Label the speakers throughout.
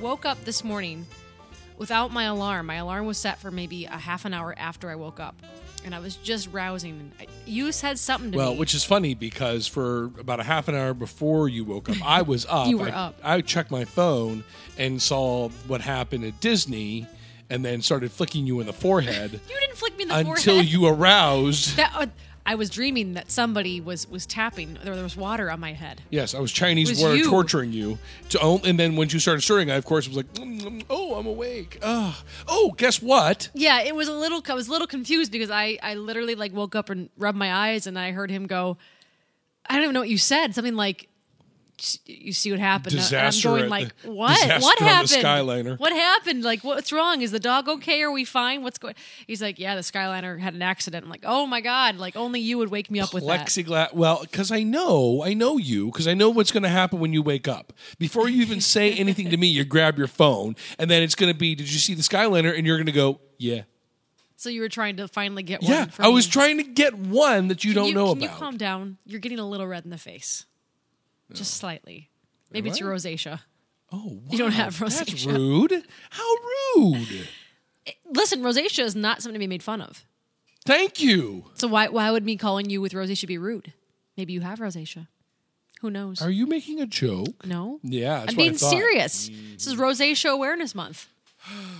Speaker 1: woke up this morning without my alarm. My alarm was set for maybe a half an hour after I woke up, and I was just rousing. I- You said something to
Speaker 2: Well,
Speaker 1: me.
Speaker 2: which is funny because for about a half an hour before you woke up, I was up.
Speaker 1: You were
Speaker 2: I,
Speaker 1: up.
Speaker 2: I checked my phone and saw what happened at Disney, and then started flicking you in the forehead
Speaker 1: you didn't flick me in the
Speaker 2: until
Speaker 1: forehead.
Speaker 2: you aroused.
Speaker 1: that, uh, I was dreaming that somebody was was tapping. There, there was water on my head.
Speaker 2: Yes, I was Chinese
Speaker 1: Was
Speaker 2: water
Speaker 1: you.
Speaker 2: torturing you. To oh, and then when you started stirring, I of course was like, "Mm, mm, "Oh, I'm awake." Ah, oh, guess what?
Speaker 1: Yeah, it was a little. I was a little confused because I I literally like woke up and rubbed my eyes, and I heard him go. I don't even know what you said. Something like, "S- "You see what happened." And
Speaker 2: Disaster
Speaker 1: I'm
Speaker 2: at
Speaker 1: going like,
Speaker 2: the-
Speaker 1: "What?
Speaker 2: disaster
Speaker 1: What
Speaker 2: on the
Speaker 1: happened?
Speaker 2: Skyliner."
Speaker 1: What happened? Like, what's wrong? Is the dog okay? Are we fine? What's going?" He's like, "Yeah, the Skyliner had an accident." I'm like, "Oh my god! Like only you would wake me up with that."
Speaker 2: Plexiglass. Well, because I know, I know you, because I know what's going to happen when you wake up. Before you even say anything to me, you grab your phone, and then it's going to be, "Did you see the Skyliner?" And you're going to go, "Yeah,
Speaker 1: So you were trying to finally get one.
Speaker 2: yeah."
Speaker 1: for
Speaker 2: I was
Speaker 1: me.
Speaker 2: trying to get one that you
Speaker 1: Can
Speaker 2: don't
Speaker 1: you-
Speaker 2: know
Speaker 1: Can
Speaker 2: about.
Speaker 1: you calm down? You're getting a little red in the face, just slightly. Maybe it's
Speaker 2: I?
Speaker 1: your rosacea.
Speaker 2: oh,
Speaker 1: You don't
Speaker 2: wow,
Speaker 1: have
Speaker 2: That's
Speaker 1: rosacea.
Speaker 2: rude. How rude!
Speaker 1: listen, rosacea is not something to be made fun of.
Speaker 2: Thank you.
Speaker 1: So why why would me calling you with rosacea be rude? Maybe you have rosacea. Who knows?
Speaker 2: Are you making a joke?
Speaker 1: no.
Speaker 2: Yeah, that's
Speaker 1: I'm
Speaker 2: what I
Speaker 1: being
Speaker 2: thought. Mm.
Speaker 1: serious. This is rosacea awareness month.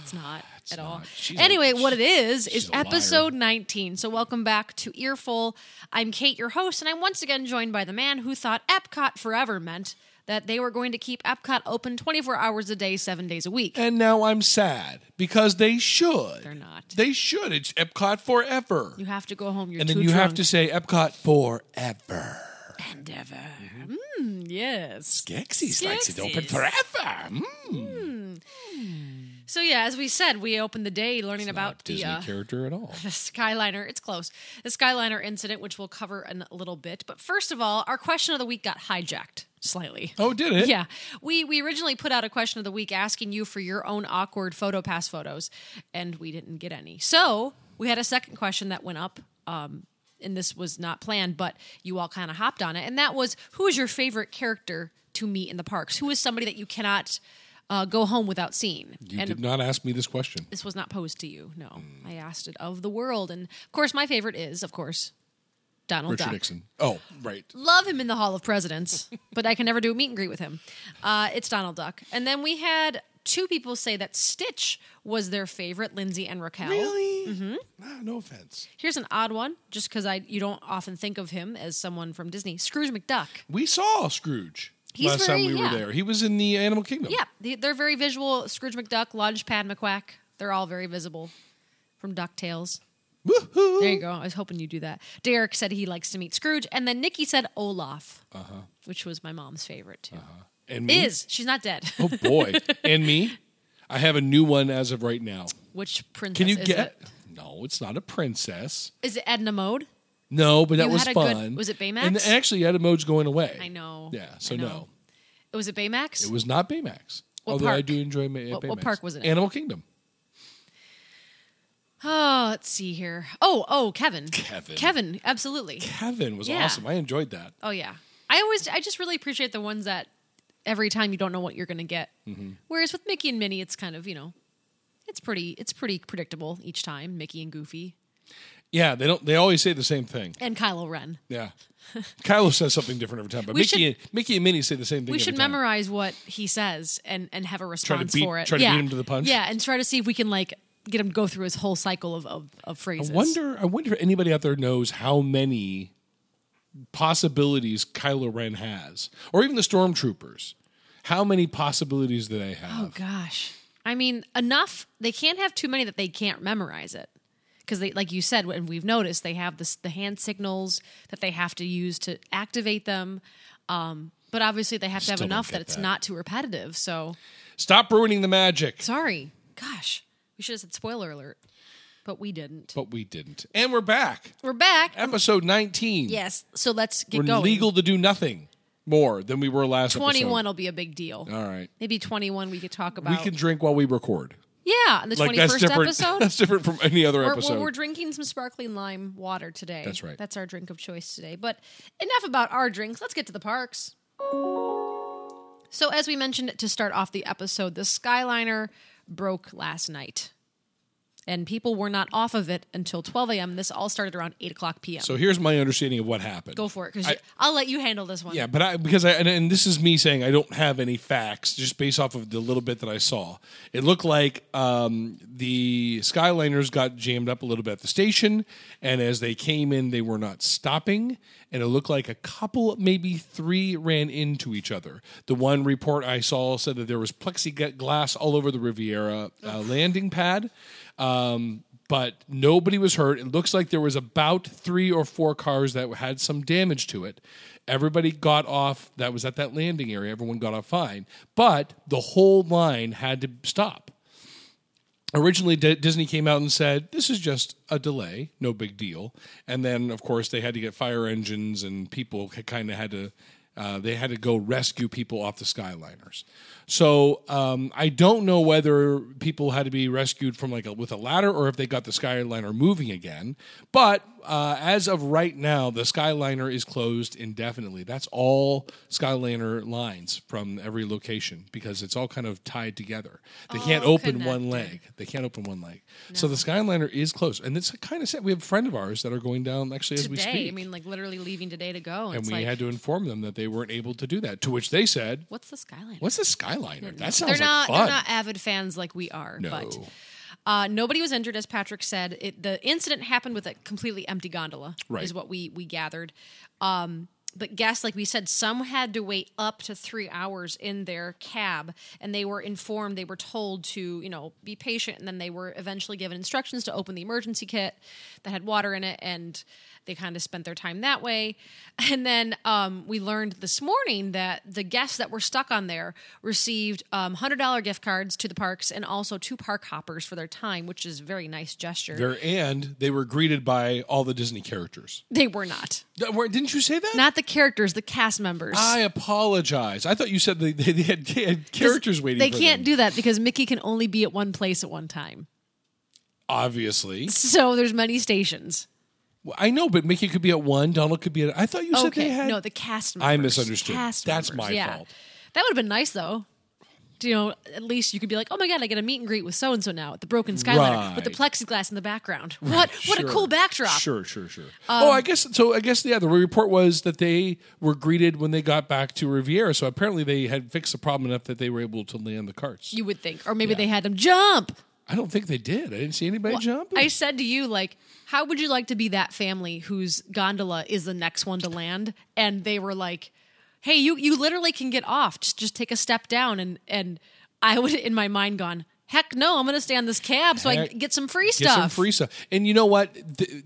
Speaker 1: It's not at all.
Speaker 2: not. She's a-
Speaker 1: anyway, what it is is
Speaker 2: a liar.
Speaker 1: episode 19. So welcome back to Earful. I'm Kate, your host, and I'm once again joined by the man who thought Epcot forever meant that they were going to keep Epcot open 24 hours a day, 7 days a week.
Speaker 2: And now I'm sad because they should.
Speaker 1: They're not.
Speaker 2: They should. It's Epcot forever.
Speaker 1: You have to go home. You're
Speaker 2: and then
Speaker 1: too
Speaker 2: you
Speaker 1: drunk.
Speaker 2: have to say Epcot forever.
Speaker 1: endeavor. Mm, yes.
Speaker 2: Gexy's likes it open
Speaker 1: Skeksis.
Speaker 2: forever. Mm.
Speaker 1: So yeah, as we said, we opened the day learning about the,
Speaker 2: Disney
Speaker 1: uh,
Speaker 2: character at all.
Speaker 1: the Skyliner. It's close. The Skyliner incident, which we'll cover in a little bit. But first of all, our question of the week got hijacked slightly.
Speaker 2: Oh, did it?
Speaker 1: Yeah, we we originally put out a question of the week asking you for your own awkward photo pass photos, and we didn't get any. So we had a second question that went up, um, and this was not planned, but you all kind of hopped on it, and that was who is your favorite character to meet in the parks? Who is somebody that you cannot uh, go home without seeing?
Speaker 2: You
Speaker 1: and
Speaker 2: did not ask me this question.
Speaker 1: this was not posed to you. No,
Speaker 2: Mm.
Speaker 1: I asked it of the world, and of course, my favorite is, of course, Donald
Speaker 2: Richard
Speaker 1: Duck.
Speaker 2: Nixon. Oh, right.
Speaker 1: Love him in the Hall of Presidents, but I can never do a meet and greet with him. Uh, it's Donald Duck, and then we had two people say that Stitch was their favorite, Lindsay and Raquel.
Speaker 2: Really? Mm-hmm. no offense.
Speaker 1: Here's an odd one, just because I you don't often think of him as someone from Disney. Scrooge McDuck.
Speaker 2: We saw Scrooge
Speaker 1: He's
Speaker 2: last
Speaker 1: very-
Speaker 2: time we
Speaker 1: yeah.
Speaker 2: were there. He was in the Animal Kingdom.
Speaker 1: Yeah, they- they're very visual. Scrooge McDuck, Launchpad McQuack. They're all very visible from DuckTales.
Speaker 2: Woohoo.
Speaker 1: There you go. I was hoping you do that. Derek said he likes to meet Scrooge, and then Nikki said Olaf,
Speaker 2: Uh-huh.
Speaker 1: which was my mom's favorite too.
Speaker 2: And me.
Speaker 1: Is she's not dead?
Speaker 2: Oh, boy. and me. I have a new one as of right now.
Speaker 1: which princess?
Speaker 2: Can you
Speaker 1: is
Speaker 2: get?
Speaker 1: It?
Speaker 2: No, it's not a princess.
Speaker 1: Is it Edna Mode?
Speaker 2: No, but that
Speaker 1: You
Speaker 2: was
Speaker 1: had a good-
Speaker 2: fun.
Speaker 1: was it Baymax?
Speaker 2: And actually, Adamode's going away.
Speaker 1: I know.
Speaker 2: Yeah,
Speaker 1: I
Speaker 2: so
Speaker 1: know.
Speaker 2: no,
Speaker 1: Was it Baymax?
Speaker 2: it was not Baymax.
Speaker 1: What
Speaker 2: although I
Speaker 1: park?
Speaker 2: do enjoy Ma-
Speaker 1: What-
Speaker 2: Baymax.
Speaker 1: what park was it in?
Speaker 2: Animal Kingdom.
Speaker 1: oh, let's see here. Oh, oh, Kevin.
Speaker 2: Kevin.
Speaker 1: Kevin. Absolutely.
Speaker 2: Kevin was
Speaker 1: Yeah.
Speaker 2: awesome. I enjoyed that.
Speaker 1: Oh yeah. I always. I just really appreciate the ones that every time you don't know what you're going to get.
Speaker 2: Mm-hmm.
Speaker 1: Whereas with Mickey and Minnie, it's kind of you know, it's pretty. It's pretty predictable each time. Mickey and Goofy
Speaker 2: Yeah, they don't. They always say the same thing.
Speaker 1: and Kylo Ren.
Speaker 2: Yeah, Kylo says something different every time, but
Speaker 1: We
Speaker 2: Mickey,
Speaker 1: should-
Speaker 2: and, Mickey and Minnie say the same thing.
Speaker 1: we
Speaker 2: every
Speaker 1: should
Speaker 2: time.
Speaker 1: memorize what he says and and have a response
Speaker 2: beat-
Speaker 1: for it.
Speaker 2: try to
Speaker 1: yeah.
Speaker 2: beat him to the punch?
Speaker 1: Yeah, and try to see if we can like get him to go through his whole cycle of of, of
Speaker 2: I
Speaker 1: phrases.
Speaker 2: wonder. I wonder if anybody out there knows how many possibilities Kylo Ren has, or even the stormtroopers. How many possibilities do they have?
Speaker 1: Oh gosh, I mean, enough. They can't have too many that they can't memorize it because they, like you said, and we've noticed they have this the hand signals that they have to use to activate them. Um, but obviously, they have to have
Speaker 2: Still don't
Speaker 1: enough
Speaker 2: get
Speaker 1: that it's
Speaker 2: that.
Speaker 1: not too repetitive. So
Speaker 2: Stop ruining the magic.
Speaker 1: sorry, gosh, we should have said spoiler alert, but we didn't.
Speaker 2: But we didn't. And we're back.
Speaker 1: We're back.
Speaker 2: Episode 19.
Speaker 1: Yes, so let's get
Speaker 2: We're
Speaker 1: going.
Speaker 2: legal to do nothing more than we were last
Speaker 1: 21 will be a big deal.
Speaker 2: episode. All right.
Speaker 1: Maybe 21 we could talk
Speaker 2: We
Speaker 1: about.
Speaker 2: can drink while we record.
Speaker 1: yeah, on the
Speaker 2: Like that's
Speaker 1: 21st
Speaker 2: different.
Speaker 1: episode.
Speaker 2: That's different from any other
Speaker 1: We're,
Speaker 2: episode.
Speaker 1: we're, we're drinking some sparkling lime water today.
Speaker 2: That's right.
Speaker 1: That's our drink of choice today. But enough about our drinks. Let's get to the parks. So, as we mentioned to start off the episode, the Skyliner broke last night. And people were not off of it until 12 a.m. This all started around 8 o'clock p.m.
Speaker 2: So here's my understanding of what happened.
Speaker 1: Go for it, because I'll let you handle this one.
Speaker 2: Yeah, but I because I and, and this is me saying I don't have any facts just based off of the little bit that I saw. It looked like um, the Skyliners got jammed up a little bit at the station, and as they came in, they were not stopping, and it looked like a couple, maybe three, ran into each other. The one report I saw said that there was plexiglass all over the Riviera uh, landing pad. Um, but nobody was hurt. It looks like there was about three or four cars that had some damage to it. Everybody got off that was at that landing area. Everyone got off fine, but the whole line had to stop. Originally, D- Disney came out and said, This is just a delay, no big deal. And then, of course, they had to get fire engines and people kind of had to. Uh, they had to go rescue people off the Skyliners. So um, I don't know whether people had to be rescued from like a, with a ladder or if they got the Skyliner moving again. But uh, as of right now, the Skyliner is closed indefinitely. That's all Skyliner lines from every location because it's all kind of tied together. They can't
Speaker 1: All
Speaker 2: open one
Speaker 1: connected.
Speaker 2: leg. They can't open one leg. So the Skyliner is closed, and it's kind of sad. We have a friend of ours that are going down actually as we
Speaker 1: Today,
Speaker 2: speak
Speaker 1: I mean, like literally leaving today to go.
Speaker 2: and
Speaker 1: it's
Speaker 2: we
Speaker 1: like,
Speaker 2: had to inform them that they weren't able to do that. To which they said,
Speaker 1: what's the Skyliner?
Speaker 2: "What's the Skyliner? That sounds
Speaker 1: they're not
Speaker 2: like fun."
Speaker 1: they're not avid fans like we are.
Speaker 2: No.
Speaker 1: But uh, nobody was injured, as Patrick said. It, the incident happened with a completely empty gondola,
Speaker 2: Right.
Speaker 1: is what we we gathered. Um, but guests, like we said, some had to wait up to three hours in their cab, and they were informed, they were told to, you know, be patient, and then they were eventually given instructions to open the emergency kit that had water in it, and they kind of spent their time that way. And then um, we learned this morning that the guests that were stuck on there received um, $100 gift cards to the parks and also two park hoppers for their time, which is a very nice gesture.
Speaker 2: There- and they were greeted by all the Disney characters.
Speaker 1: they were not.
Speaker 2: That- were- Didn't you say that?
Speaker 1: Not the characters, the cast members.
Speaker 2: I apologize. I thought you said they, they, they, had, they had characters waiting.
Speaker 1: They
Speaker 2: for
Speaker 1: can't
Speaker 2: them.
Speaker 1: do that because Mickey can only be at one place at one time.
Speaker 2: Obviously,
Speaker 1: So there's many stations.
Speaker 2: Well, I know, but Mickey could be at one. Donald could be at. I thought you said
Speaker 1: okay,
Speaker 2: they had.
Speaker 1: no, the cast members.
Speaker 2: I misunderstood.
Speaker 1: Cast
Speaker 2: That's
Speaker 1: members,
Speaker 2: my
Speaker 1: yeah.
Speaker 2: fault.
Speaker 1: That would have been nice though. Do You know, at least you could be like, "Oh my god, I get a meet and greet with so and so now at the Broken Skyliner with the plexiglass in the background. What? What a
Speaker 2: Sure.
Speaker 1: cool backdrop! Um,
Speaker 2: Sure, sure, sure. oh, I guess so. I guess yeah. The report was that they were greeted when they got back to Riviera. So apparently they had fixed the problem enough that they were able to land the carts.
Speaker 1: You would think, or maybe they had them jump.
Speaker 2: I don't think they did. I didn't see anybody jump.
Speaker 1: I said to you, like, how would you like to be that family whose gondola is the next one to land? And they were like, "Hey, you you literally can get off. Just just take a step down." And and I would in my mind gone, "Heck no! I'm going to stay on this cab so I
Speaker 2: Heck,
Speaker 1: can get some free
Speaker 2: Get
Speaker 1: stuff."
Speaker 2: some free stuff. And you know what? Th-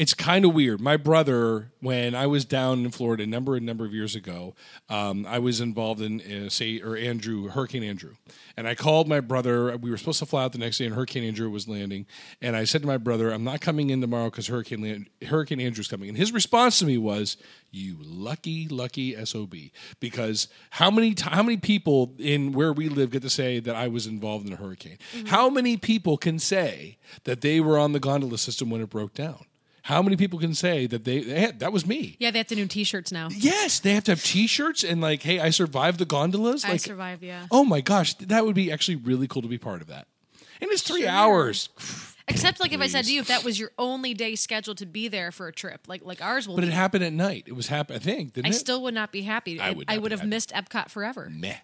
Speaker 2: It's kind of weird. My brother, when I was down in Florida a number a number of years ago, um, I was involved in, uh say or Andrew Hurricane Andrew, and I called my brother. We were supposed to fly out the next day, and Hurricane Andrew was landing. And I said to my brother, "I'm not coming in tomorrow because Hurricane Land- Hurricane Andrew's coming." And his response to me was, "You lucky lucky sob," because how many ti how many people in where we live get to say that I was involved in a hurricane? How many people can say that they were on the gondola system when it broke down? How many people can say that they, they had, that was me?
Speaker 1: Yeah, they have to new T-shirts now.
Speaker 2: Yes, they have to have T-shirts and like, hey, I survived the gondolas.
Speaker 1: I
Speaker 2: like,
Speaker 1: survived, yeah.
Speaker 2: Oh my gosh, that would be actually really cool to be part of that. And it's three hours,
Speaker 1: Except like if I said to you, if that was your only day scheduled to be there for a trip, like like ours will
Speaker 2: but
Speaker 1: be,
Speaker 2: it happened at night. It was happen. I think didn't
Speaker 1: I
Speaker 2: it?
Speaker 1: still would not be happy. I
Speaker 2: I would
Speaker 1: would,
Speaker 2: not
Speaker 1: I
Speaker 2: be
Speaker 1: would have
Speaker 2: happy.
Speaker 1: missed Epcot forever.
Speaker 2: meh,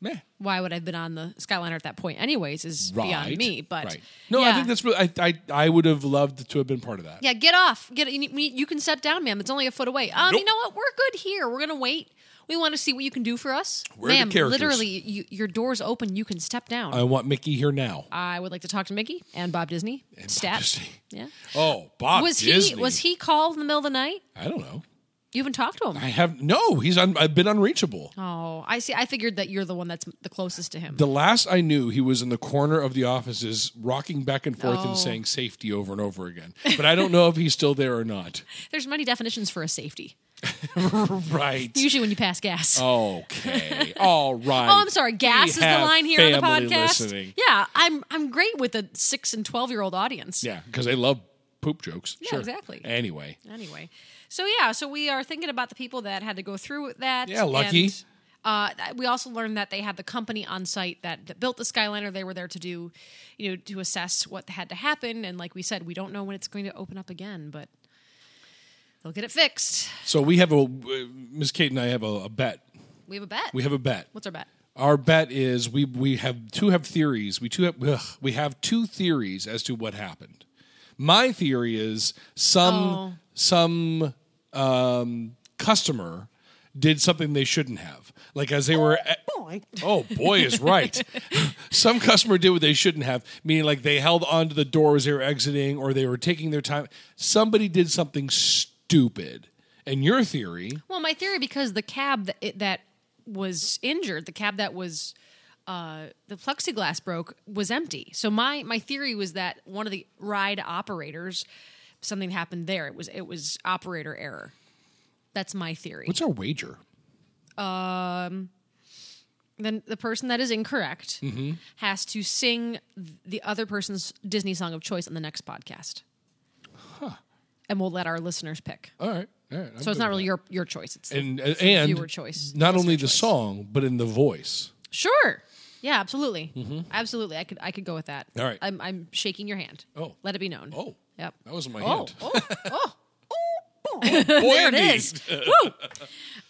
Speaker 2: meh.
Speaker 1: Why would I have been on the Skyliner at that point anyways is
Speaker 2: Right.
Speaker 1: beyond me. But
Speaker 2: right. no, I
Speaker 1: yeah.
Speaker 2: think that's really. I, I I would have loved to have been part of that.
Speaker 1: Yeah, get off. Get you, need- you can step down, ma'am. It's only a foot away. Um,
Speaker 2: Nope.
Speaker 1: you know what? We're good here. We're gonna wait. We want to see what you can do for us,
Speaker 2: Where are the
Speaker 1: ma'am.
Speaker 2: characters?
Speaker 1: literally, you, your door's open. You can step down.
Speaker 2: I want Mickey here now.
Speaker 1: I would like to talk to Mickey and Bob Disney.
Speaker 2: Bob
Speaker 1: Stat.
Speaker 2: Disney.
Speaker 1: Yeah.
Speaker 2: Oh, Bob
Speaker 1: was
Speaker 2: Disney.
Speaker 1: he was he called in the middle of the night?
Speaker 2: I don't know.
Speaker 1: You haven't talked to him.
Speaker 2: I have no. He's un, I've been unreachable.
Speaker 1: Oh, I see. I figured that you're the one that's the closest to him.
Speaker 2: The last I knew, he was in the corner of the offices, rocking back and forth
Speaker 1: Oh.
Speaker 2: and saying safety over and over again. But I don't know if he's still there or not.
Speaker 1: There's many definitions for a safety.
Speaker 2: right.
Speaker 1: Usually when you pass
Speaker 2: Oh,
Speaker 1: gas.
Speaker 2: Okay. All right.
Speaker 1: oh, I'm sorry. Gas
Speaker 2: We
Speaker 1: is the
Speaker 2: have
Speaker 1: line here on the
Speaker 2: family
Speaker 1: podcast.
Speaker 2: listening.
Speaker 1: Yeah, I'm I'm great with a six and twelve year old audience.
Speaker 2: Yeah, because they love poop jokes.
Speaker 1: Yeah,
Speaker 2: sure.
Speaker 1: exactly.
Speaker 2: Anyway,
Speaker 1: Anyway, so yeah, so we are thinking about the people that had to go through with that.
Speaker 2: Yeah, lucky.
Speaker 1: and Uh, th- we also learned that they had the company on site that, that built the Skyliner. They were there to do, you know, to assess what had to happen. And like we said, we don't know when it's going to open up again, but they'll get it fixed.
Speaker 2: So we have a uh, Miss Kate and I have a, a bet.
Speaker 1: We have a bet.
Speaker 2: We have a bet.
Speaker 1: What's our bet?
Speaker 2: Our bet is we we have two have theories. We two have ugh, we have two theories as to what happened. My theory is some
Speaker 1: Oh.
Speaker 2: some um, customer did something they shouldn't have. Like as they were boy. Oh boy is right. some customer did what they shouldn't have, meaning like they held onto the door as they were exiting or they were taking their time. Somebody did something stupid. And your theory
Speaker 1: Well, my theory because the cab that, it, that was injured, the cab that was uh, the plexiglass broke, was empty. So my my theory was that one of the ride operators, something happened there. It was it was operator error. That's my theory.
Speaker 2: What's our wager?
Speaker 1: then the person that is incorrect
Speaker 2: Mm-hmm.
Speaker 1: has to sing the other person's Disney song of choice on the next podcast. And we'll let our listeners pick.
Speaker 2: All right. All right. I'm
Speaker 1: So
Speaker 2: good
Speaker 1: it's not
Speaker 2: with
Speaker 1: really your your choice. It's
Speaker 2: that. and and
Speaker 1: viewer choice,
Speaker 2: Not
Speaker 1: listener
Speaker 2: only the
Speaker 1: choice.
Speaker 2: song, but in the voice.
Speaker 1: Sure. Yeah, absolutely. Absolutely. I could I could go with that.
Speaker 2: Mm-hmm. All right.
Speaker 1: I'm I'm shaking your hand.
Speaker 2: Oh.
Speaker 1: Let it be known.
Speaker 2: Oh.
Speaker 1: Yep.
Speaker 2: That was in my
Speaker 1: Oh.
Speaker 2: hand.
Speaker 1: Oh. Oh. there it is. Woo.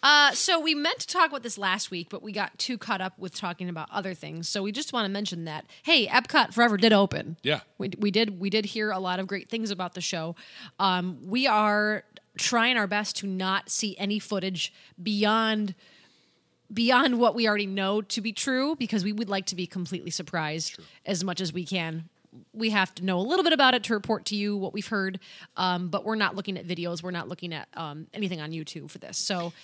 Speaker 1: Uh, so we meant to talk about this last week, but we got too caught up with talking about other things. So we just want to mention that hey, Epcot Forever did open.
Speaker 2: Yeah.
Speaker 1: we, we did. We did hear a lot of great things about the show. Um, we are trying our best to not see any footage beyond beyond what we already know to be true because we would like to be completely surprised as much as we can. We have to know a little bit about it to report to you what we've heard, um, but we're not looking at videos. We're not looking at um, anything on YouTube for this. So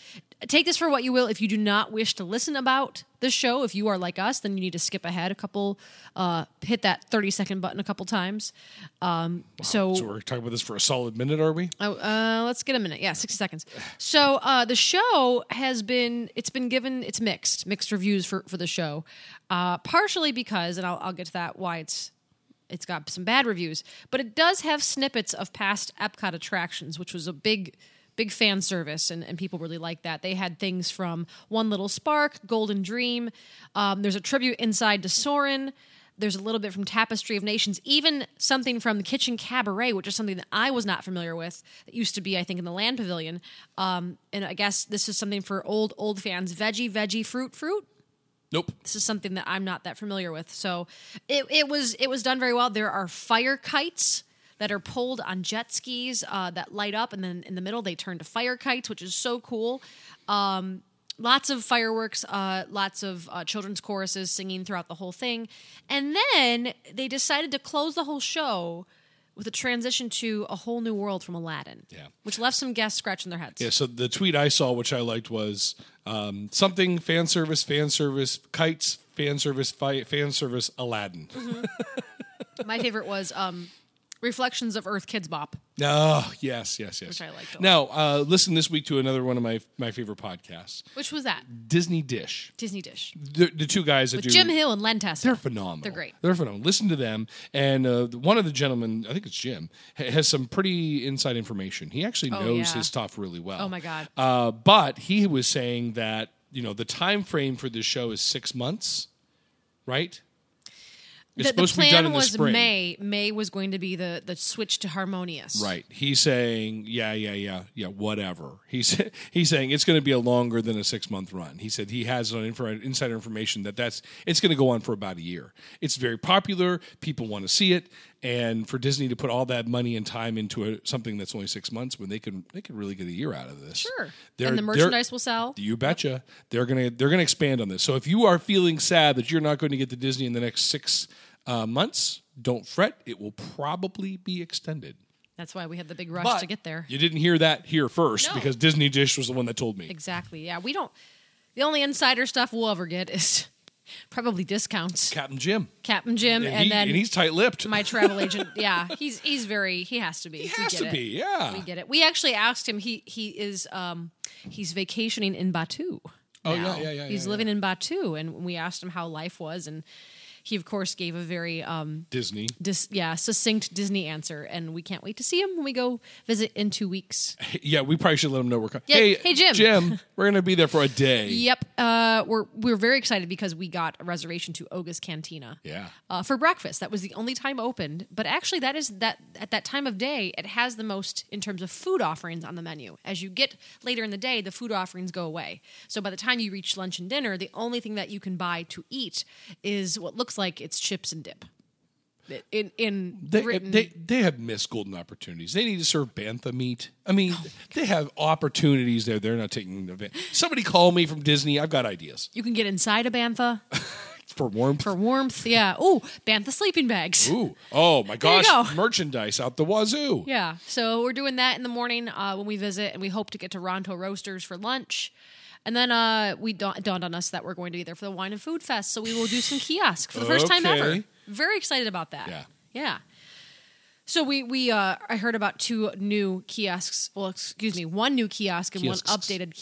Speaker 1: take this for what you will. If you do not wish to listen about the show, if you are like us, then you need to skip ahead a couple, uh, hit that 30 second button a couple times. Um, So
Speaker 2: So we're talking about this for a solid minute, are we?
Speaker 1: Oh, uh, let's get a minute. Yeah, sixty seconds. So uh, the show has been it's been given it's mixed mixed reviews for for the show, uh, partially because and I'll, I'll get to that why it's it's got some bad reviews, but it does have snippets of past Epcot attractions, which was a big big fan service and, and people really like that they had things from one little spark golden dream um, there's a tribute inside to soren there's a little bit from Tapestry of Nations, even something from the Kitchen Cabaret, which is something that I was not familiar with. That used to be, I think, in the Land Pavilion. Um, and I guess this is something for old old fans: veggie, veggie, fruit, fruit.
Speaker 2: Nope.
Speaker 1: This is something that I'm not that familiar with. So it, it was it was done very well. There are fire kites that are pulled on jet skis uh, that light up, and then in the middle they turn to fire kites, which is so cool. Um, lots of fireworks, uh, lots of uh, children's choruses singing throughout the whole thing, and then they decided to close the whole show with a transition to a whole new world from Aladdin,
Speaker 2: Yeah.
Speaker 1: which left some guests scratching their heads.
Speaker 2: Yeah, so the tweet I saw, which I liked, was um, something fan service, fan service, kites, fan service, fi- fan service, Aladdin.
Speaker 1: Mm-hmm. My favorite was um, Reflections of Earth Kids Bop.
Speaker 2: Oh, yes, yes, yes.
Speaker 1: Which I liked a lot.
Speaker 2: Now, uh, listen this week to another one of my my favorite podcasts,
Speaker 1: Which was that?
Speaker 2: Disney Dish.
Speaker 1: Disney Dish.
Speaker 2: The, the two guys that do
Speaker 1: Jim Hill and Len Testa.
Speaker 2: They're phenomenal.
Speaker 1: They're great.
Speaker 2: They're phenomenal. Listen to them. And uh, one of the gentlemen, I think it's Jim, ha- has some pretty inside information. He actually knows
Speaker 1: Oh, yeah.
Speaker 2: his stuff really well.
Speaker 1: Oh, my God.
Speaker 2: Uh, but he was saying that you know the time frame for this show is six months, right? It's
Speaker 1: the, the
Speaker 2: supposed to be done in
Speaker 1: plan
Speaker 2: the
Speaker 1: was
Speaker 2: spring.
Speaker 1: May. May was going to be the, the switch to harmonious.
Speaker 2: Right. He's saying, yeah, yeah, yeah, yeah, whatever. He's he's saying it's going to be a longer than a six month run. He said he has on infra- insider information that that's it's going to go on for about a year. It's very popular. People want to see it, and for Disney to put all that money and time into a, something that's only six months when they can they could really get a year out of this.
Speaker 1: Sure.
Speaker 2: They're-
Speaker 1: and the
Speaker 2: they're-
Speaker 1: merchandise will sell.
Speaker 2: you betcha. They're gonna they're gonna expand on this. So if you are feeling sad that you're not going to get to Disney in the next six uh, months, don't fret. It will probably be extended.
Speaker 1: That's why we had the big rush
Speaker 2: But
Speaker 1: to get there.
Speaker 2: You didn't hear that here first
Speaker 1: No.
Speaker 2: because Disney Dish was the one that told me.
Speaker 1: Exactly. Yeah. We don't. The only insider stuff we'll ever get is probably discounts.
Speaker 2: Captain Jim.
Speaker 1: Captain Jim,
Speaker 2: And,
Speaker 1: and,
Speaker 2: he-
Speaker 1: then
Speaker 2: and he's tight lipped.
Speaker 1: my travel agent. Yeah, he's he's very he has to be. He
Speaker 2: has to be, yeah.
Speaker 1: We get it. We actually asked him. He he is um he's vacationing in Batu. now.
Speaker 2: Oh, yeah, yeah, yeah,
Speaker 1: He's
Speaker 2: yeah,
Speaker 1: living in Batu, and we asked him how life was, and He of course gave a very um,
Speaker 2: Disney.
Speaker 1: dis- yeah succinct Disney answer, and we can't wait to see him when we go visit in two weeks.
Speaker 2: Yeah, we probably should let them know we're coming.
Speaker 1: Yeah,
Speaker 2: Hey,
Speaker 1: hey, Jim.
Speaker 2: Jim, we're going to be there for a day.
Speaker 1: Yep, uh, we're we're very excited because we got a reservation to Oga's Cantina.
Speaker 2: Yeah.
Speaker 1: uh, for breakfast. That was the only time opened. But actually, that is that at that time of day, it has the most in terms of food offerings on the menu. As you get later in the day, the food offerings go away. So by the time you reach lunch and dinner, the only thing that you can buy to eat is what looks like it's chips and dip. In in
Speaker 2: They,
Speaker 1: written,
Speaker 2: they they have missed golden opportunities. They need to serve bantha meat. I mean,
Speaker 1: Oh,
Speaker 2: they have opportunities there. They're not taking advantage. Somebody call me from Disney. I've got ideas
Speaker 1: you can get inside a bantha
Speaker 2: for warmth.
Speaker 1: for warmth. Yeah. Oh, bantha sleeping bags.
Speaker 2: Ooh, oh my
Speaker 1: you
Speaker 2: gosh,
Speaker 1: go.
Speaker 2: merchandise out the wazoo.
Speaker 1: Yeah. So we're doing that in the morning uh, when we visit, and we hope to get to Ronto Roasters for lunch. And then uh, we da- it dawned on us that we're going to be there for the wine and food fest, so we will do some kiosk for the first time ever.
Speaker 2: Okay.
Speaker 1: Very excited about that.
Speaker 2: Yeah.
Speaker 1: Yeah. So we we uh, I heard about two new kiosks. Well, excuse me, one new kiosk and one
Speaker 2: Kiosks.
Speaker 1: updated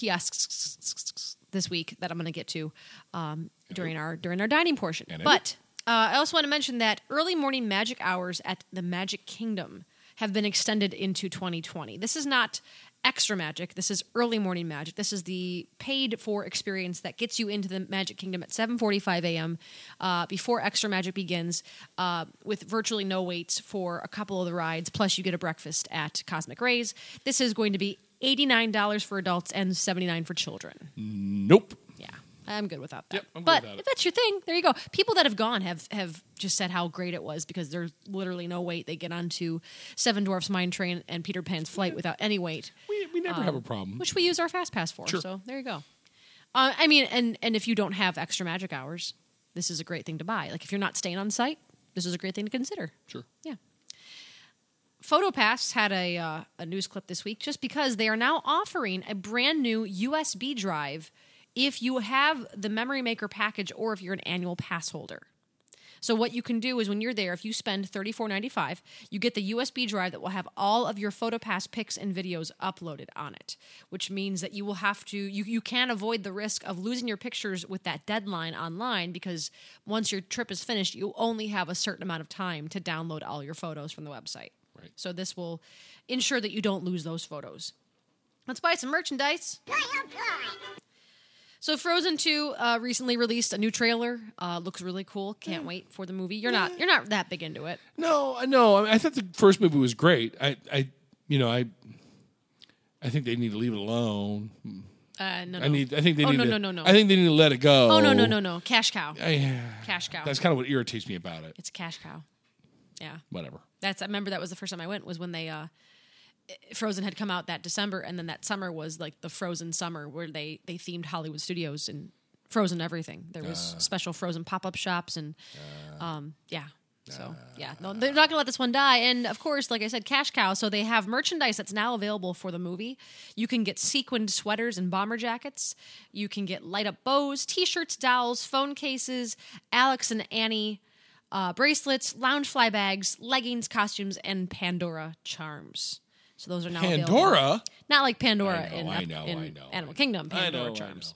Speaker 1: kiosk this week that I'm going to get to um, during our during our dining portion.
Speaker 2: And
Speaker 1: But uh, I also want to mention that early morning magic hours at the Magic Kingdom have been extended into 2020. This is not extra magic. This is early morning magic. This is the paid for experience that gets you into the Magic Kingdom at 7:45 a.m. Uh, before extra magic begins, uh, with virtually no waits for a couple of the rides. Plus, you get a breakfast at Cosmic Rays. This is going to be $89 for adults and 79 for children.
Speaker 2: Nope.
Speaker 1: Yeah, I'm good without that.
Speaker 2: Yep, I'm good
Speaker 1: but
Speaker 2: without it.
Speaker 1: if that's your thing, there you go. People that have gone have have just said how great it was because there's literally no wait. They get onto Seven Dwarfs Mine Train and Peter Pan's flight without any wait,
Speaker 2: We, we never have a problem.
Speaker 1: which Um, we use our Fast Pass for.
Speaker 2: Sure.
Speaker 1: So there you go. Uh, I mean, and and if you don't have extra magic hours, this is a great thing to buy. Like if you're not staying on site, this is a great thing to consider.
Speaker 2: Sure.
Speaker 1: Yeah. PhotoPass had a, uh, a news clip this week just because they are now offering a brand new USB drive if you have the Memory Maker package or if you're an annual pass holder. So what you can do is when you're there, if you spend $34.95, you get the USB drive that will have all of your PhotoPass pics and videos uploaded on it, which means that you will have to you, you can avoid the risk of losing your pictures with that deadline online because once your trip is finished, you only have a certain amount of time to download all your photos from the website. Right. So this will ensure that you don't lose those photos. Let's buy some merchandise. So Frozen Two uh, recently released a new trailer. Uh, looks really cool. Can't wait for the movie. You're not you're not that big into it.
Speaker 2: No, I- no. I, mean, I thought the first movie was great. I, I, you know, I, I think they need to leave it alone.
Speaker 1: Uh, no, no.
Speaker 2: I need. I think they
Speaker 1: Oh,
Speaker 2: need.
Speaker 1: no,
Speaker 2: to,
Speaker 1: no, no, no.
Speaker 2: I think they need to let it go.
Speaker 1: oh no no no no. Cash cow.
Speaker 2: I,
Speaker 1: Cash cow.
Speaker 2: that's kind of what irritates me about it.
Speaker 1: it's a cash cow. Yeah,
Speaker 2: Whatever.
Speaker 1: that's. I remember that was the first time I went was when they uh, Frozen had come out that December, and then that summer was like the Frozen summer where they they themed Hollywood Studios and Frozen everything. There was
Speaker 2: Ah.
Speaker 1: special Frozen pop up shops and um, yeah. So yeah, no, they're not gonna let this one die. And of course, like I said, cash cow. So they have merchandise that's now available for the movie. You can get sequined sweaters and bomber jackets. You can get light up bows, t-shirts, dowels, phone cases, Alex and Annie. Uh, bracelets, lounge fly bags, leggings, costumes, and Pandora charms. So those are now available.
Speaker 2: Pandora.
Speaker 1: Not like Pandora
Speaker 2: I know,
Speaker 1: in,
Speaker 2: I know,
Speaker 1: in
Speaker 2: I know,
Speaker 1: Animal
Speaker 2: I know.
Speaker 1: Kingdom.
Speaker 2: I
Speaker 1: Pandora
Speaker 2: know, I
Speaker 1: charms.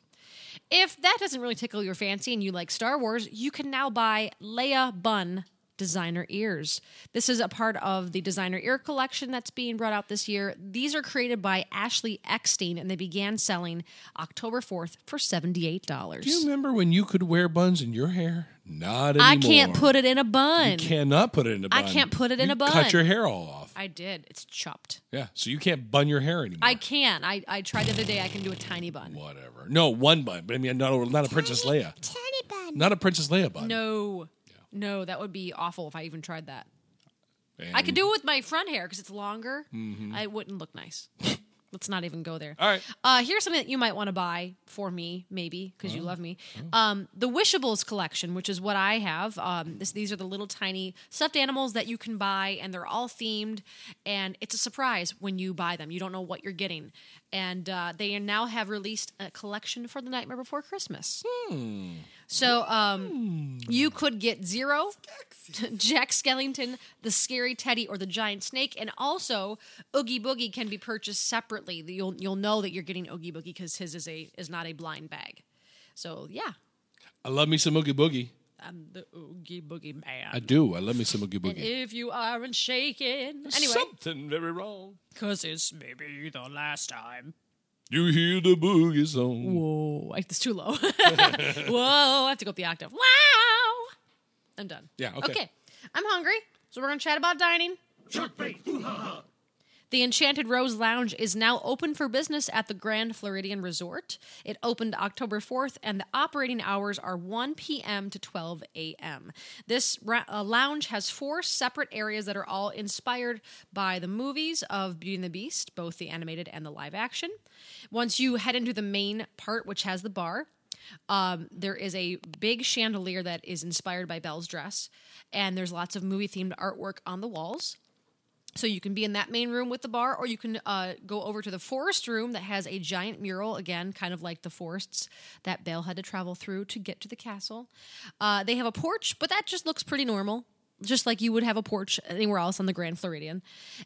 Speaker 1: If that doesn't really tickle your fancy and you like Star Wars, you can now buy Leia Bun designer ears. This is a part of the designer ear collection that's being brought out this year. These are created by Ashley Eckstein and they began selling October 4th for $78.
Speaker 2: Do you remember when you could wear buns in your hair? Not anymore.
Speaker 1: I can't put it in a bun.
Speaker 2: Cannot put it in a
Speaker 1: I
Speaker 2: bun.
Speaker 1: can't put it in
Speaker 2: You
Speaker 1: a bun.
Speaker 2: Cut your hair all off.
Speaker 1: I did. It's chopped.
Speaker 2: Yeah, so you can't bun your hair anymore.
Speaker 1: I can. I, I tried the other day. I can do a tiny bun.
Speaker 2: Whatever. No one bun, but I mean not a, not a Princess Leia. Not a Princess Leia bun.
Speaker 1: No. No, that would be awful if I even tried that.
Speaker 2: And-
Speaker 1: I could do it with my front hair because it's longer. I wouldn't look nice. Let's not even go there.
Speaker 2: All right.
Speaker 1: Uh, here's something that you might want to buy for me, maybe because you love me. Um, the Wishables collection, which is what I have. Um, this, these are the little tiny stuffed animals that you can buy, and they're all themed. And it's a surprise when you buy them. You don't know what you're getting. And uh, they now have released a collection for the Nightmare Before Christmas. So um, you could get Zero, Jack Skellington, the Scary Teddy, or the Giant Snake, and also Oogie Boogie can be purchased separately. You'll you'll know that you're getting Oogie Boogie because his is a is not a blind bag. So yeah,
Speaker 2: I love me some Oogie Boogie.
Speaker 1: I'm the Oogie Boogie Man.
Speaker 2: I do. I love me some Oogie
Speaker 1: and
Speaker 2: Boogie.
Speaker 1: if you aren't shaken, anyway,
Speaker 2: Something very wrong.
Speaker 1: because it's maybe the last time.
Speaker 2: You hear the boogie song.
Speaker 1: Whoa, Oh, I, it's too low. Whoa, I have to go up the octave. Wow, I'm done.
Speaker 2: Yeah, okay.
Speaker 1: Okay, I'm hungry, so we're gonna chat about dining. The Enchanted Rose Lounge is now open for business at the Grand Floridian Resort. It opened October 4th, and the operating hours are 1 p.m. to 12 a.m. This ra- uh, lounge has four separate areas that are all inspired by the movies of Beauty and the Beast, both the animated and the live action. Once you head into the main part, which has the bar, um, there is a big chandelier that is inspired by Belle's dress, and there's lots of movie themed artwork on the walls. So you can be in that main room with the bar, or you can uh, go over to the forest room that has a giant mural, again, kind of like the forests that Bale had to travel through to get to the castle. Uh, they have a porch, but that just looks pretty normal. Just like you would have a porch anywhere else on the Grand Floridian.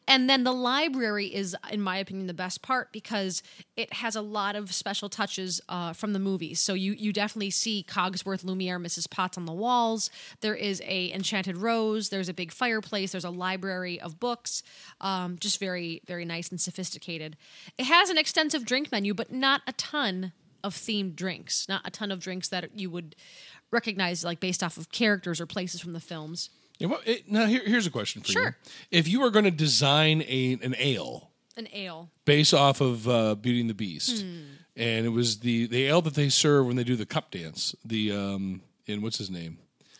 Speaker 1: And then the library is, in my opinion, the best part because it has a lot of special touches uh, from the movies. So you, you definitely see Cogsworth, Lumiere, Mrs. Potts on the walls. There is a enchanted rose. There's a big fireplace. There's a library of books. Um, just very, very nice and sophisticated. It has an extensive drink menu, but not a ton of themed drinks. Not a ton of drinks that you would recognize, like based off of characters or places from the films.
Speaker 2: Yeah, well, it- now, here, here's a question for
Speaker 1: Sure.
Speaker 2: you. If you were going to design a, an ale
Speaker 1: An ale.
Speaker 2: based off of uh, Beauty and the Beast,
Speaker 1: Hmm.
Speaker 2: and it was the, the ale that they serve when they do the cup dance, the um, and what's his name?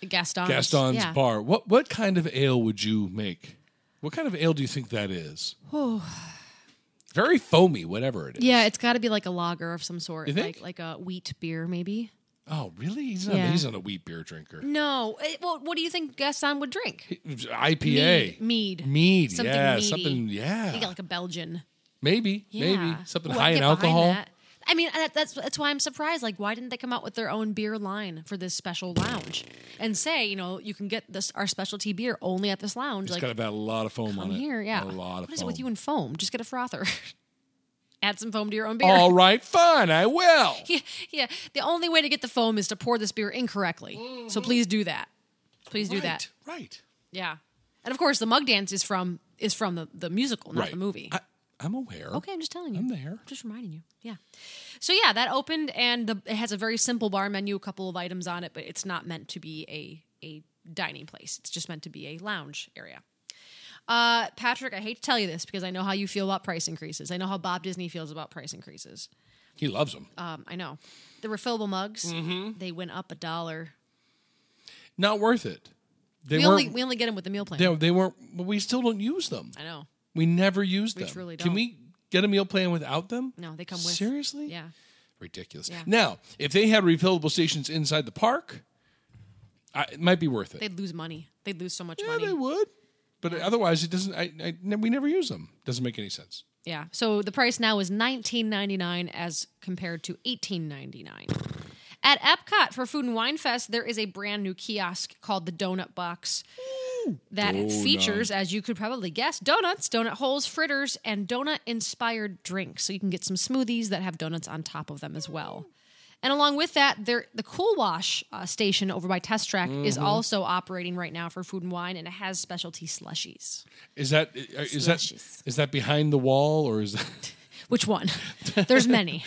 Speaker 1: Gaston's.
Speaker 2: Gaston's
Speaker 1: Yeah.
Speaker 2: bar. What what kind of ale would you make? What kind of ale do you think that is? Very foamy, whatever it is.
Speaker 1: Yeah, it's got to be like a lager of some sort,
Speaker 2: You think?
Speaker 1: like like a wheat beer, maybe.
Speaker 2: Oh, really? He's not.
Speaker 1: Yeah.
Speaker 2: He's not a wheat beer drinker.
Speaker 1: No, it- well, what do you think Gaston would drink?
Speaker 2: IPA.
Speaker 1: mead,
Speaker 2: Mead,
Speaker 1: something
Speaker 2: yeah,
Speaker 1: meaty.
Speaker 2: something, yeah.
Speaker 1: Like- like a Belgian,
Speaker 2: Maybe,
Speaker 1: yeah.
Speaker 2: maybe something
Speaker 1: Well, I
Speaker 2: high
Speaker 1: can
Speaker 2: in
Speaker 1: get behind
Speaker 2: alcohol.
Speaker 1: that. I mean, that, that's that's why I'm surprised. Like, why didn't they come out with their own beer line for this special lounge and say, you know, you can get this our specialty beer only at this lounge?
Speaker 2: It's
Speaker 1: like,
Speaker 2: got about a lot of foam on
Speaker 1: come
Speaker 2: it.
Speaker 1: here, yeah.
Speaker 2: a lot of
Speaker 1: What is
Speaker 2: foam.
Speaker 1: it with you and foam? Just get a frother. Add some foam to your own beer.
Speaker 2: All right, fine, I will.
Speaker 1: yeah, yeah. The only way to get the foam is to pour this beer incorrectly. So please do that. Please do that.
Speaker 2: Mm-hmm. Right, right,
Speaker 1: Yeah. And of course, the mug dance is from is from the, the musical, not
Speaker 2: right.
Speaker 1: the movie.
Speaker 2: I, I'm aware.
Speaker 1: okay, I'm just telling you.
Speaker 2: I'm there.
Speaker 1: Just reminding you. Yeah. So yeah, that opened and the, it has a very simple bar menu, a couple of items on it, but it's not meant to be a a dining place. It's just meant to be a lounge area. Uh, Patrick, I hate to tell you this because I know how you feel about price increases. I know how Bob Disney feels about price increases.
Speaker 2: He loves them.
Speaker 1: Um, I know the refillable mugs. They went up a dollar.
Speaker 2: Not worth it. They
Speaker 1: We
Speaker 2: weren't.
Speaker 1: only we only get them with the meal plan.
Speaker 2: they, they weren't. But we still don't use them.
Speaker 1: I know.
Speaker 2: We never use them.
Speaker 1: truly
Speaker 2: Can
Speaker 1: don't.
Speaker 2: we get a meal plan without them?
Speaker 1: No, they come with.
Speaker 2: Seriously?
Speaker 1: Yeah.
Speaker 2: Ridiculous.
Speaker 1: Yeah.
Speaker 2: Now, if they had refillable stations inside the park, I, it might be worth it.
Speaker 1: They'd lose money. They'd lose so much
Speaker 2: yeah,
Speaker 1: money.
Speaker 2: they would. But otherwise, it doesn't. I, I, ne- we never use them. Doesn't make any sense.
Speaker 1: Yeah. So the price now is nineteen ninety nine as compared to eighteen ninety nine. At Epcot for Food and Wine Fest, there is a brand new kiosk called the Donut Box that features, as you could probably guess, donuts, donut holes, fritters, and donut inspired drinks. So you can get some smoothies that have donuts on top of them as well. And along with that, there the Cool Wash uh, station over by Test Track is also operating right now for food and wine, and it has specialty slushies.
Speaker 2: Is that uh, is that
Speaker 1: Slushies.
Speaker 2: is that behind the wall or is that,
Speaker 1: Which one? There's many.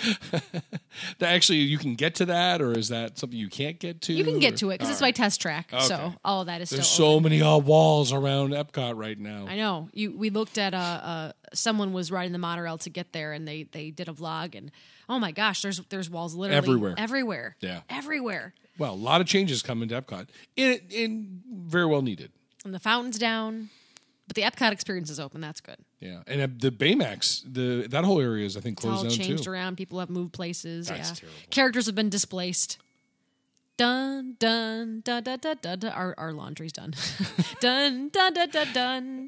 Speaker 2: that actually you can get to that or is that something you can't get to?
Speaker 1: You can get to it because it's my test track. So
Speaker 2: Okay.
Speaker 1: all of that is
Speaker 2: There's
Speaker 1: still.
Speaker 2: so many odd walls around Epcot right now.
Speaker 1: I know. You we looked at uh, uh someone was riding the monorail to get there, and they they did a vlog, and oh my gosh, there's there's walls literally
Speaker 2: Everywhere.
Speaker 1: everywhere,
Speaker 2: Yeah.
Speaker 1: everywhere,
Speaker 2: Well, a lot of changes coming to Epcot, and, and very well needed.
Speaker 1: and the fountain's down. But the Epcot experience is open. That's good.
Speaker 2: Yeah, and uh, the Baymax, the that whole area is I think
Speaker 1: It's all
Speaker 2: closed down too.
Speaker 1: changed around. People have moved places.
Speaker 2: That's
Speaker 1: yeah.
Speaker 2: terrible.
Speaker 1: Characters have been displaced. Dun dun dun dun dun dun. dun. Our our laundry's done. dun dun dun dun dun dun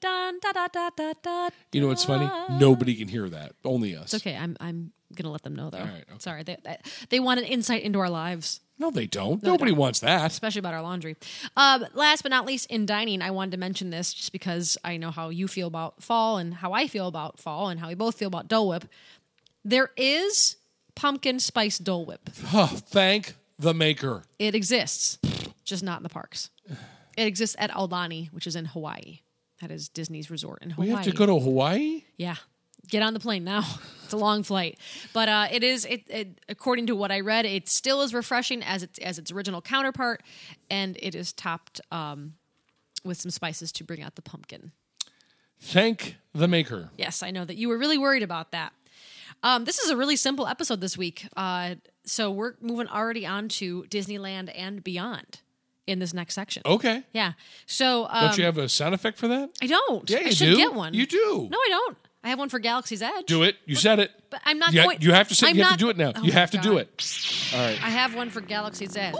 Speaker 1: dun dun dun dun dun. dun.
Speaker 2: You know what's funny? Nobody can hear that. Only us.
Speaker 1: Okay, I'm I'm gonna let them know though.
Speaker 2: right, okay.
Speaker 1: Sorry, they, they they want an insight into our lives,
Speaker 2: No, they don't. Nobody wants that.
Speaker 1: especially about our laundry. Um, last but not least, in dining, I wanted to mention this just because I know how you feel about fall and how I feel about fall and how we both feel about Dole Whip. There is pumpkin spice Dole Whip.
Speaker 2: Oh, thank the maker.
Speaker 1: It exists. just not in the parks. It exists at Aulani, which is in Hawaii. That is Disney's resort in Hawaii.
Speaker 2: We have to go to Hawaii?
Speaker 1: Yeah. Get on the plane now. It's a long flight, but uh, it is. It, it according to what I read, it's still as refreshing as its as its original counterpart, and it is topped um, with some spices to bring out the pumpkin.
Speaker 2: Thank the maker.
Speaker 1: Yes, I know that you were really worried about that. Um, this is a really simple episode this week. Uh, so we're moving already on to Disneyland and beyond in this next section.
Speaker 2: Okay.
Speaker 1: Yeah. So um,
Speaker 2: Oh. Don't you have a sound effect for that?
Speaker 1: I don't.
Speaker 2: Yeah,
Speaker 1: I
Speaker 2: you
Speaker 1: should
Speaker 2: do.
Speaker 1: get one.
Speaker 2: You do.
Speaker 1: No, I don't. I have one for Galaxy's Edge.
Speaker 2: Do it. You said it.
Speaker 1: But I'm not
Speaker 2: You, ha-
Speaker 1: going.
Speaker 2: you have to say
Speaker 1: I'm
Speaker 2: you have
Speaker 1: not-
Speaker 2: to do it now.
Speaker 1: Oh
Speaker 2: you
Speaker 1: my
Speaker 2: have to do
Speaker 1: God.
Speaker 2: it. All right.
Speaker 1: I have one for Galaxy's Edge.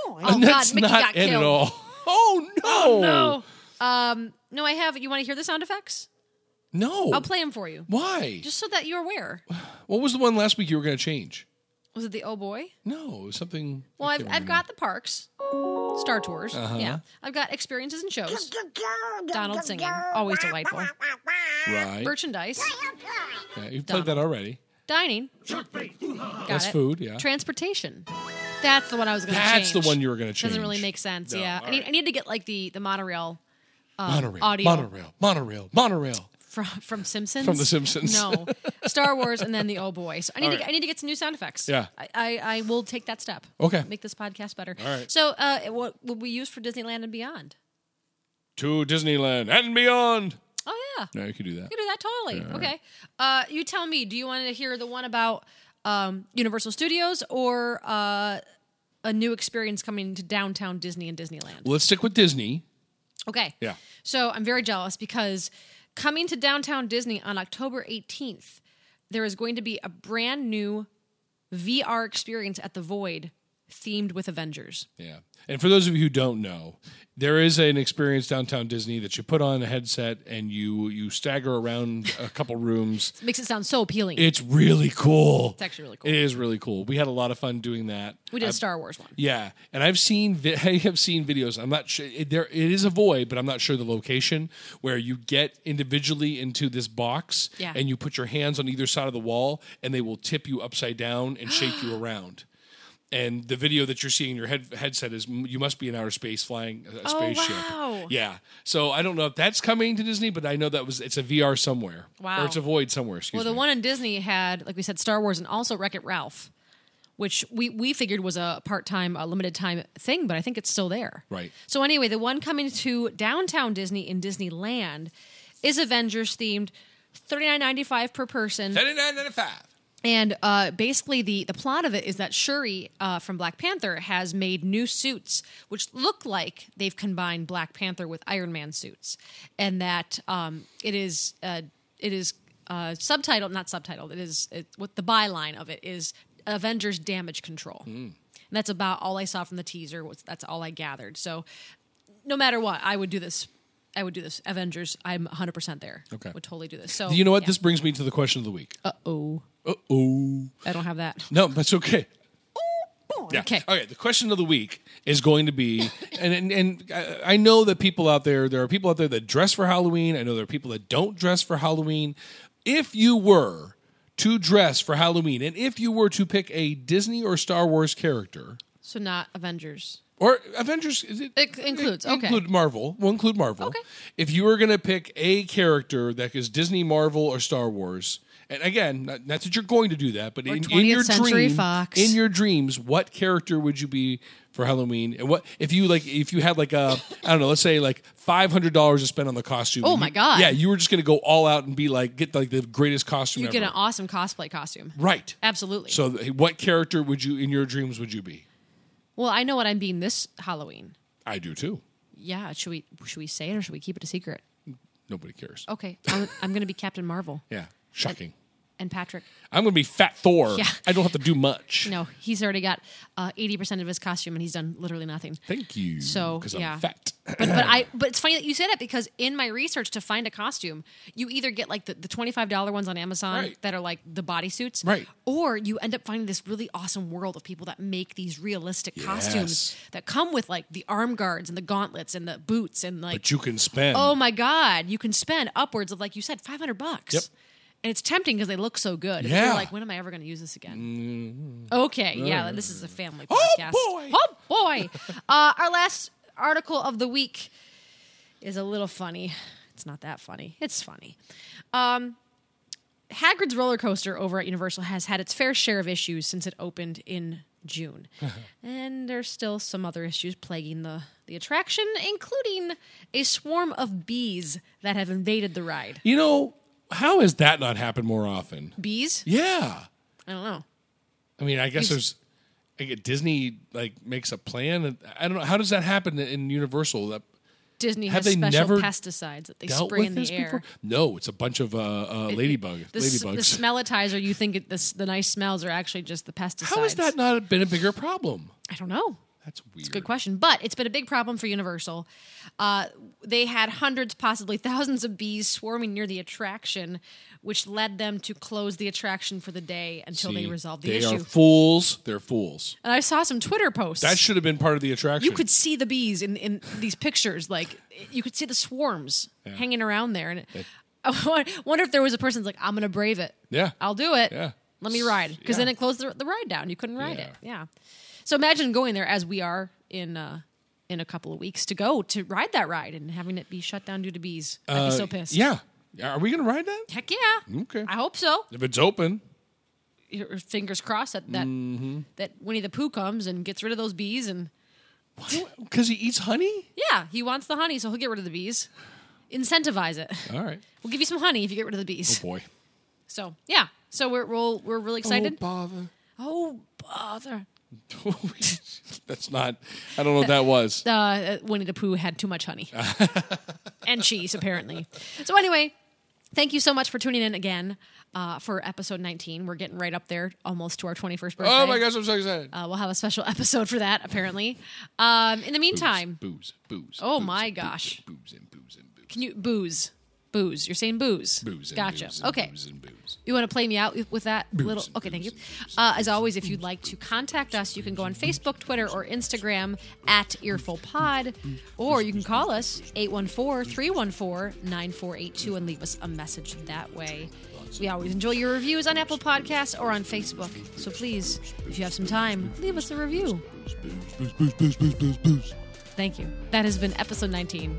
Speaker 1: Oh
Speaker 2: and that's
Speaker 1: God, Mickey
Speaker 2: not
Speaker 1: got
Speaker 2: it
Speaker 1: killed.
Speaker 2: at all. Oh no.
Speaker 1: No. Um. No, I have. You want to hear the sound effects?
Speaker 2: No.
Speaker 1: I'll play them for you,
Speaker 2: Why?
Speaker 1: just so that you're aware.
Speaker 2: what was the one last week you were going to change?
Speaker 1: Was it the Oh Boy?
Speaker 2: No, it was something.
Speaker 1: Well,
Speaker 2: I
Speaker 1: I've,
Speaker 2: can't Uh-huh.
Speaker 1: I've
Speaker 2: remember.
Speaker 1: got the parks, Star Tours. Yeah, I've got experiences and shows,
Speaker 3: Donald singing, always delightful.
Speaker 2: right.
Speaker 1: merchandise,
Speaker 2: Yeah, you played that already.
Speaker 1: dining. Got
Speaker 2: That's
Speaker 1: it.
Speaker 2: food. Yeah.
Speaker 1: Transportation. That's the one I was going to change.
Speaker 2: That's the one you were going to change.
Speaker 1: Doesn't really make sense.
Speaker 2: No,
Speaker 1: yeah,
Speaker 2: all
Speaker 1: I, need,
Speaker 2: right.
Speaker 1: I need to get like the the monorail
Speaker 2: monorail,
Speaker 1: audio.
Speaker 2: monorail, monorail, monorail.
Speaker 1: from from Simpsons.
Speaker 2: From The Simpsons.
Speaker 1: No, Star Wars, and then the Oh Boy. So I need
Speaker 2: All
Speaker 1: to
Speaker 2: right.
Speaker 1: I need to get some new sound effects.
Speaker 2: Yeah.
Speaker 1: I I, I will take that step.
Speaker 2: Okay.
Speaker 1: make this podcast better. All
Speaker 2: right.
Speaker 1: So uh, what will we use for Disneyland and beyond?
Speaker 2: To Disneyland and beyond.
Speaker 1: Oh yeah.
Speaker 2: No, you could do that.
Speaker 1: You can do that totally. okay. Uh, you tell me, do you want to hear the one about um, Universal Studios or uh, a new experience coming to downtown Disney and Disneyland?
Speaker 2: Well, let's stick with Disney.
Speaker 1: Okay.
Speaker 2: Yeah.
Speaker 1: So I'm very jealous because coming to downtown Disney on October 18th, there is going to be a brand new VR experience at the Void themed with Avengers.
Speaker 2: Yeah. And for those of you who don't know, there is an experience downtown Disney that you put on a headset and you you stagger around a couple rooms.
Speaker 1: Makes it sound so appealing.
Speaker 2: It's really cool. It's
Speaker 1: actually really cool.
Speaker 2: It is really cool. We had a lot of fun doing that.
Speaker 1: we did a Star Wars one.
Speaker 2: Yeah, and I've seen vi- I have seen videos. I'm not sure it, there. It is a void, but I'm not sure the location where you get individually into this box,
Speaker 1: Yeah.
Speaker 2: and you put your hands on either side of the wall, and they will tip you upside down and shake you around. And the video that you're seeing in your head, headset is mm, you must be in outer space flying a a
Speaker 1: Oh,
Speaker 2: spaceship.
Speaker 1: wow.
Speaker 2: Yeah. So I don't know if that's coming to Disney, but I know that was it's a VR somewhere.
Speaker 1: Wow.
Speaker 2: Or it's a void somewhere. Excuse
Speaker 1: Well, the
Speaker 2: me.
Speaker 1: one in Disney had, like we said, Star Wars and also Wreck It Ralph, which we, we figured was a part time, a limited time thing, but I think it's still there.
Speaker 2: Right.
Speaker 1: So, anyway, the one coming to downtown Disney in Disneyland is Avengers themed, thirty nine ninety five per person.
Speaker 2: ninety nine ninety five.
Speaker 1: And uh, basically, the, the plot of it is that Shuri uh, from Black Panther has made new suits, which look like they've combined Black Panther with Iron Man suits, and that um, it is uh, it is uh, subtitled, not subtitled. It is it, what the byline of it is Avengers Damage Control,
Speaker 2: Mm.
Speaker 1: and that's about all I saw from the teaser. Was, that's all I gathered. So, no matter what, I would do this. I would do this. Avengers, I'm 100 percent there.
Speaker 2: Okay.
Speaker 1: would totally do this. So
Speaker 2: You know what? This brings me to the question of the week.
Speaker 1: Uh oh,
Speaker 2: Uh oh.
Speaker 1: I don't have that.
Speaker 2: No, that's okay. Yeah.
Speaker 1: Oh, Okay.
Speaker 2: Okay. The question of the week is going to be, and and, and I I know that people out there, there are people out there that dress for Halloween. I know there are people that don't dress for Halloween. If you were to dress for Halloween, and if you were to pick a Disney or Star Wars character,
Speaker 1: So not Avengers.
Speaker 2: or Avengers, is it,
Speaker 1: It includes, okay.
Speaker 2: include Marvel. We'll include Marvel.
Speaker 1: Okay.
Speaker 2: If you were going to pick a character that is Disney, Marvel, or Star Wars, and again, not, not that you're going to do that, but in, in
Speaker 1: 20th
Speaker 2: your
Speaker 1: Century
Speaker 2: dream,
Speaker 1: Fox.
Speaker 2: in your dreams, what character would you be for Halloween? And what if you like? If you had like a, I don't know, let's say like five hundred dollars to spend on the costume.
Speaker 1: Oh
Speaker 2: you-
Speaker 1: my God.
Speaker 2: Yeah, you were just going to go all out and be like, get like the greatest costume.
Speaker 1: You
Speaker 2: ever.
Speaker 1: get an awesome cosplay costume.
Speaker 2: right.
Speaker 1: Absolutely.
Speaker 2: So, th- what character would you in your dreams would you be?
Speaker 1: well, I know what I'm being this Halloween.
Speaker 2: I do too.
Speaker 1: Yeah, should we should we say it or should we keep it a secret?
Speaker 2: Nobody cares.
Speaker 1: Okay, I'm, I'm going to be Captain Marvel
Speaker 2: Yeah, shocking.
Speaker 1: and Patrick.
Speaker 2: I'm going to be Fat Thor.
Speaker 1: Yeah.
Speaker 2: I don't have to do much.
Speaker 1: No, he's already got uh, eighty percent of his costume and he's done literally nothing.
Speaker 2: Thank you.
Speaker 1: So,
Speaker 2: because
Speaker 1: yeah.
Speaker 2: I'm fat.
Speaker 1: But, but I but it's funny that you say that because in my research to find a costume, you either get like the, the twenty five dollar ones on Amazon
Speaker 2: Right.
Speaker 1: that are like the bodysuits,
Speaker 2: Right.
Speaker 1: Or you end up finding this really awesome world of people that make these realistic costumes that come with like the arm guards and the gauntlets and the boots and like
Speaker 2: But you can spend.
Speaker 1: oh my god, you can spend upwards of like you said, five hundred bucks.
Speaker 2: Yep.
Speaker 1: And it's tempting because they look so good. And
Speaker 2: Yeah.
Speaker 1: You're like, when am I ever going to use this again? Okay, yeah, this is a family podcast.
Speaker 2: Mm. boy.
Speaker 1: Oh boy! uh, our last article of the week is a little funny. It's not that funny. It's funny. Um, Hagrid's roller coaster over at Universal has had its fair share of issues since it opened in June. and there's still some other issues plaguing the, the attraction, including a swarm of bees that have invaded the ride.
Speaker 2: You know, how has that not happened more often?
Speaker 1: Bees?
Speaker 2: Yeah.
Speaker 1: I don't know.
Speaker 2: I mean, I guess there's like, Disney like makes a plan. and- I don't know how does that happen in Universal that
Speaker 1: Disney
Speaker 2: Have
Speaker 1: has
Speaker 2: they
Speaker 1: special
Speaker 2: never
Speaker 1: pesticides that they
Speaker 2: dealt
Speaker 1: spray
Speaker 2: with
Speaker 1: in
Speaker 2: this
Speaker 1: the air.
Speaker 2: before? No, it's a bunch of uh, uh, ladybug
Speaker 1: The, s-
Speaker 2: ladybugs.
Speaker 1: the smellitizer, you think it, the, s- the nice smells are actually just the pesticides.
Speaker 2: how has that not been a bigger problem?
Speaker 1: I don't know.
Speaker 2: That's weird.
Speaker 1: It's a good question, but it's been a big problem for Universal. Uh, they had hundreds, possibly thousands of bees swarming near the attraction, which led them to close the attraction for the day until they
Speaker 2: See,
Speaker 1: resolved the
Speaker 2: they
Speaker 1: issue.
Speaker 2: are fools. They're fools.
Speaker 1: and I saw some Twitter posts.
Speaker 2: That should have been part of the attraction.
Speaker 1: you could see the bees in, in these pictures. Like you could see the swarms hanging around there, and I wonder if there was a person that's like, "I'm going to brave it.
Speaker 2: Yeah.
Speaker 1: I'll do it.
Speaker 2: Yeah.
Speaker 1: Let me ride." Because then
Speaker 2: Yeah.
Speaker 1: it closed the, the ride down. You couldn't ride
Speaker 2: Yeah.
Speaker 1: it. Yeah. So imagine going there as we are in uh, in a couple of weeks to go to ride that ride and having it be shut down due to bees. I'd
Speaker 2: Uh,
Speaker 1: be so pissed.
Speaker 2: Yeah. Are we going to ride that?
Speaker 1: Heck yeah.
Speaker 2: Okay.
Speaker 1: I hope so.
Speaker 2: If it's open,
Speaker 1: Your fingers crossed that that,
Speaker 2: Mm-hmm.
Speaker 1: that Winnie the Pooh comes and gets rid of those bees and.
Speaker 2: because he eats honey.
Speaker 1: Yeah, he wants the honey, so he'll get rid of the bees. Incentivize it.
Speaker 2: All right.
Speaker 1: We'll give you some honey if you get rid of the
Speaker 2: Oh
Speaker 1: bees.
Speaker 2: boy.
Speaker 1: So yeah, so we're we'll, we're really excited.
Speaker 2: Oh bother.
Speaker 1: Oh, bother!
Speaker 2: That's not. I don't know what that was.
Speaker 1: Uh, Winnie the Pooh had too much honey and cheese, apparently. So anyway, thank you so much for tuning in again uh, for episode 19. We're getting right up there, almost to our 21st birthday.
Speaker 2: Oh my gosh, I'm so excited.
Speaker 1: Uh, we'll have a special episode for that, apparently. Um, in the meantime,
Speaker 2: Booze, booze.
Speaker 1: Oh,
Speaker 2: booze,
Speaker 1: my
Speaker 2: booze,
Speaker 1: gosh.
Speaker 2: Booze and booze and booze.
Speaker 1: can you booze, booze? You're saying booze.
Speaker 2: Booze and
Speaker 1: Gotcha.
Speaker 2: booze and
Speaker 1: okay.
Speaker 2: Booze and booze.
Speaker 1: You want to play me out with that little?
Speaker 2: and
Speaker 1: Okay, thank you.
Speaker 2: booze
Speaker 1: Uh, as always, if you'd like to contact us, you can go on Facebook, Twitter, or Instagram at Earful Pod, or you can call us 814 314 9482 and leave us a message that way. We always enjoy your reviews on Apple Podcasts or on Facebook. So please, if you have some time, leave us a review. Thank you. That has been episode 19.